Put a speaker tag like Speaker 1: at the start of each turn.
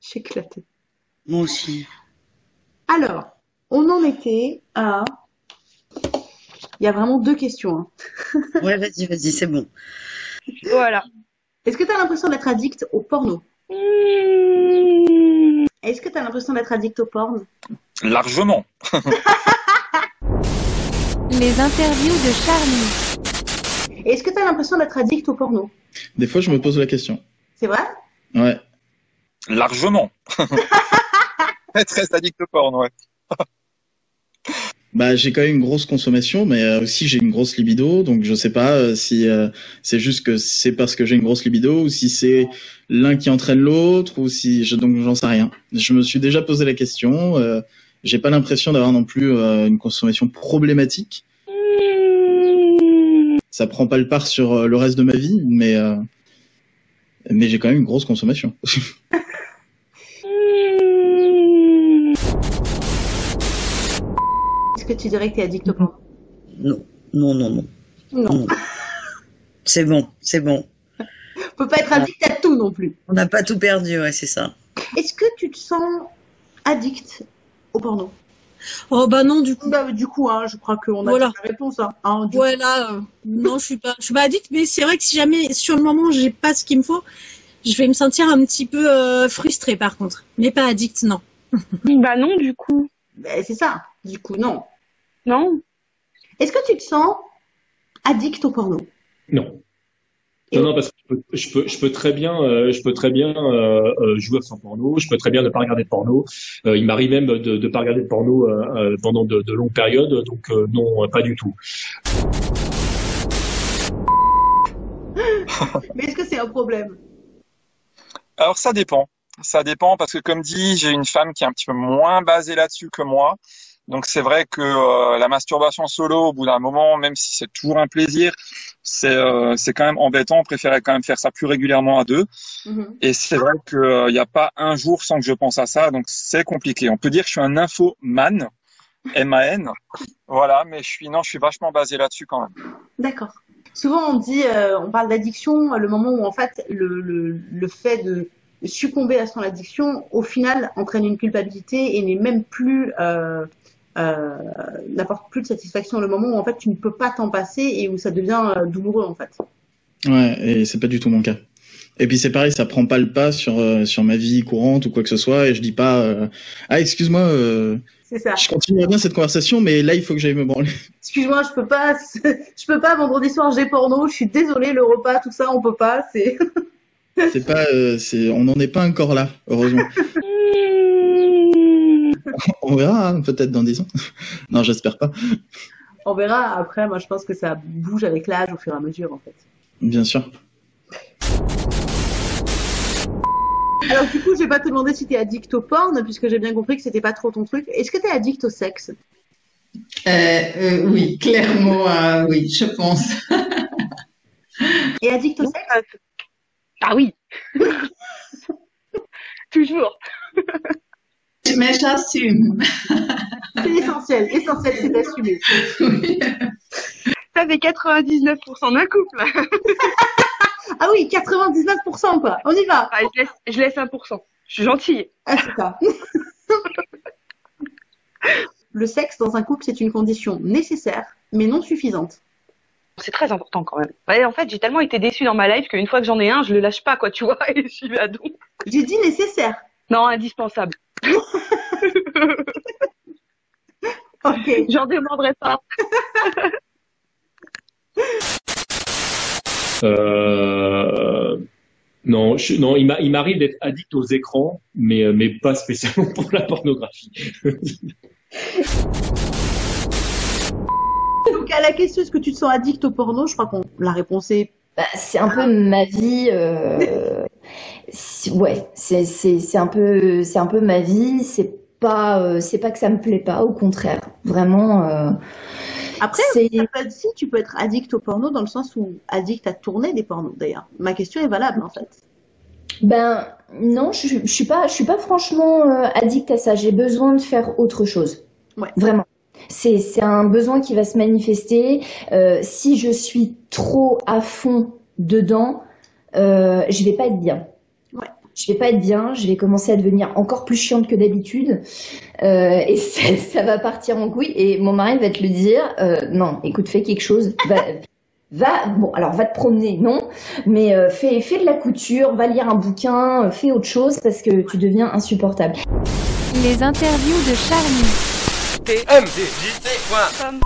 Speaker 1: J'ai éclaté.
Speaker 2: Moi aussi.
Speaker 1: Alors, on en était à. Il y a vraiment deux questions. hein.
Speaker 2: Ouais, vas-y, vas-y, c'est bon.
Speaker 3: Voilà.
Speaker 1: Est-ce que tu as l'impression d'être addict au porno Est-ce que tu as l'impression d'être addict au porno
Speaker 4: Largement.
Speaker 5: Les interviews de Charlie.
Speaker 1: Est-ce que tu as l'impression d'être addict au porno
Speaker 6: Des fois, je me pose la question.
Speaker 1: C'est vrai
Speaker 6: Ouais.
Speaker 4: Largement. Très addict au porno, ouais.
Speaker 6: Bah, j'ai quand même une grosse consommation, mais euh, aussi j'ai une grosse libido, donc je sais pas euh, si euh, c'est juste que c'est parce que j'ai une grosse libido ou si c'est l'un qui entraîne l'autre ou si je, donc j'en sais rien. Je me suis déjà posé la question. euh, j'ai pas l'impression d'avoir non plus euh, une consommation problématique. Ça prend pas le part sur euh, le reste de ma vie, mais euh, mais j'ai quand même une grosse consommation.
Speaker 1: Est-ce que tu dirais que tu es addict au porno
Speaker 2: Non, non, non, non.
Speaker 1: Non.
Speaker 2: non. C'est bon, c'est bon.
Speaker 1: On peut pas être addict à tout non plus.
Speaker 2: On n'a pas tout perdu, ouais, c'est ça.
Speaker 1: Est-ce que tu te sens addict au porno
Speaker 7: Oh bah non, du coup.
Speaker 1: Bah, Du coup, hein, je crois qu'on a
Speaker 7: Voilà.
Speaker 1: la réponse. hein. Hein, du-
Speaker 7: Ouais, là, euh, non, je suis pas, je suis pas addict, mais c'est vrai que si jamais, sur le moment, j'ai pas ce qu'il me faut, je vais me sentir un petit peu euh, frustrée par contre. Mais pas addict, non.
Speaker 3: Bah non, du coup.
Speaker 1: Bah, c'est ça. Du coup, non.
Speaker 3: Non.
Speaker 1: Est-ce que tu te sens addict au porno
Speaker 8: Non.
Speaker 1: Et-
Speaker 8: Non, non, parce que je peux, je peux, je peux très bien, euh, je peux très bien euh, euh, jouer sans porno. Je peux très bien ne pas regarder de porno. Euh, il m'arrive même de ne pas regarder de porno euh, euh, pendant de, de longues périodes. Donc euh, non, euh, pas du tout.
Speaker 1: Mais est-ce que c'est un problème
Speaker 4: Alors ça dépend. Ça dépend parce que comme dit, j'ai une femme qui est un petit peu moins basée là-dessus que moi. Donc c'est vrai que euh, la masturbation solo, au bout d'un moment, même si c'est toujours un plaisir, c'est euh, c'est quand même embêtant. On préférait quand même faire ça plus régulièrement à deux.
Speaker 1: Mhm.
Speaker 4: Et c'est vrai qu'il n'y a pas un jour sans que je pense à ça, donc c'est compliqué. On peut dire que je suis un infoman, M-A-N, voilà, mais je suis, non, je suis vachement basé là-dessus quand même.
Speaker 1: D'accord. Souvent, on dit, euh, on parle d'addiction, le moment où en fait le, le, le fait de succomber à son addiction, au final, entraîne une culpabilité et n'est même plus, euh, euh, n'apporte plus de satisfaction. Le moment où en fait tu ne peux pas t'en passer et où ça devient euh, douloureux en fait.
Speaker 6: Ouais, et c'est pas du tout mon cas. Et puis c'est pareil, ça prend pas le pas sur euh, sur ma vie courante ou quoi que ce soit, et je dis pas euh, ah excuse-moi, euh,
Speaker 1: C'est ça.
Speaker 6: je continue bien cette conversation, mais là il faut que j'aille me branler.
Speaker 1: Excuse-moi, je peux pas, je peux pas vendredi soir j'ai porno. Je suis désolée, le repas, tout ça, on peut pas. C'est
Speaker 6: C'est pas, euh, c'est, on n'en est pas encore là, heureusement. on verra hein, peut-être dans dix ans. non, j'espère pas,
Speaker 1: On verra après, moi je pense que ça bouge avec l'âge au fur et à mesure en fait.
Speaker 6: bien sûr.
Speaker 1: Alors du coup, je vais pas te demander si t'es addict au porn, puisque j'ai bien compris que c'était pas trop ton truc. Est-ce que t'es addict au sexe
Speaker 9: Euh, euh, oui, clairement, euh, oui, je pense.
Speaker 1: Et addict au sexe
Speaker 3: Ah oui. Toujours.
Speaker 9: Mais j'assume.
Speaker 1: C'est l'essentiel, l'essentiel c'est d'assumer.
Speaker 9: Oui.
Speaker 3: Ça fait 99% d'un couple.
Speaker 1: Ah oui, 99% quoi, on y va
Speaker 3: Ah, je, laisse, je laisse 1%. Je suis gentille.
Speaker 1: Ah c'est ça Le sexe dans un couple, c'est une condition nécessaire, mais non suffisante.
Speaker 3: C'est très important quand même. Ouais, en fait, j'ai tellement été déçue dans ma life qu'une fois que j'en ai un, je le lâche pas, quoi, tu vois, et je suis à don.
Speaker 1: J'ai dit nécessaire
Speaker 3: Non, indispensable.
Speaker 1: Ok.
Speaker 3: J'en demanderai pas.
Speaker 8: Euh, non, je, non, il m'a- il m'arrive d'être addict aux écrans, mais euh, mais pas spécialement pour la pornographie.
Speaker 1: Donc à la question, est-ce que tu te sens addict au porno Je crois qu'on la réponse est...
Speaker 10: Bah, c'est un peu ma vie. euh, c'est- ouais, c'est c'est c'est un peu c'est un peu ma vie. C'est pas euh, c'est pas que ça me plaît pas. Au contraire, vraiment. euh,
Speaker 1: Après,
Speaker 10: c'est
Speaker 1: Ça peut être- si tu peux être addict au porno dans le sens où addict à tourner des pornos d'ailleurs. Ma question est valable en fait.
Speaker 10: ben non, je, je suis pas je suis pas franchement euh, addict à ça. J'ai besoin de faire autre chose.
Speaker 1: Ouais.
Speaker 10: Vraiment. C'est c'est un besoin qui va se manifester. Euh, si je suis trop à fond dedans, euh, je vais pas être bien.
Speaker 1: Ouais.
Speaker 10: je vais pas être bien, je vais commencer à devenir encore plus chiante que d'habitude, euh, et ça, ça va partir en couille. Et mon mari va te le dire, euh, non, écoute, fais quelque chose, va, va, bon, alors va te promener, non, mais euh, fais, fais de la couture, va lire un bouquin, euh, fais autre chose parce que tu deviens insupportable.
Speaker 5: Les interviews de Charlie.
Speaker 11: mdjc.com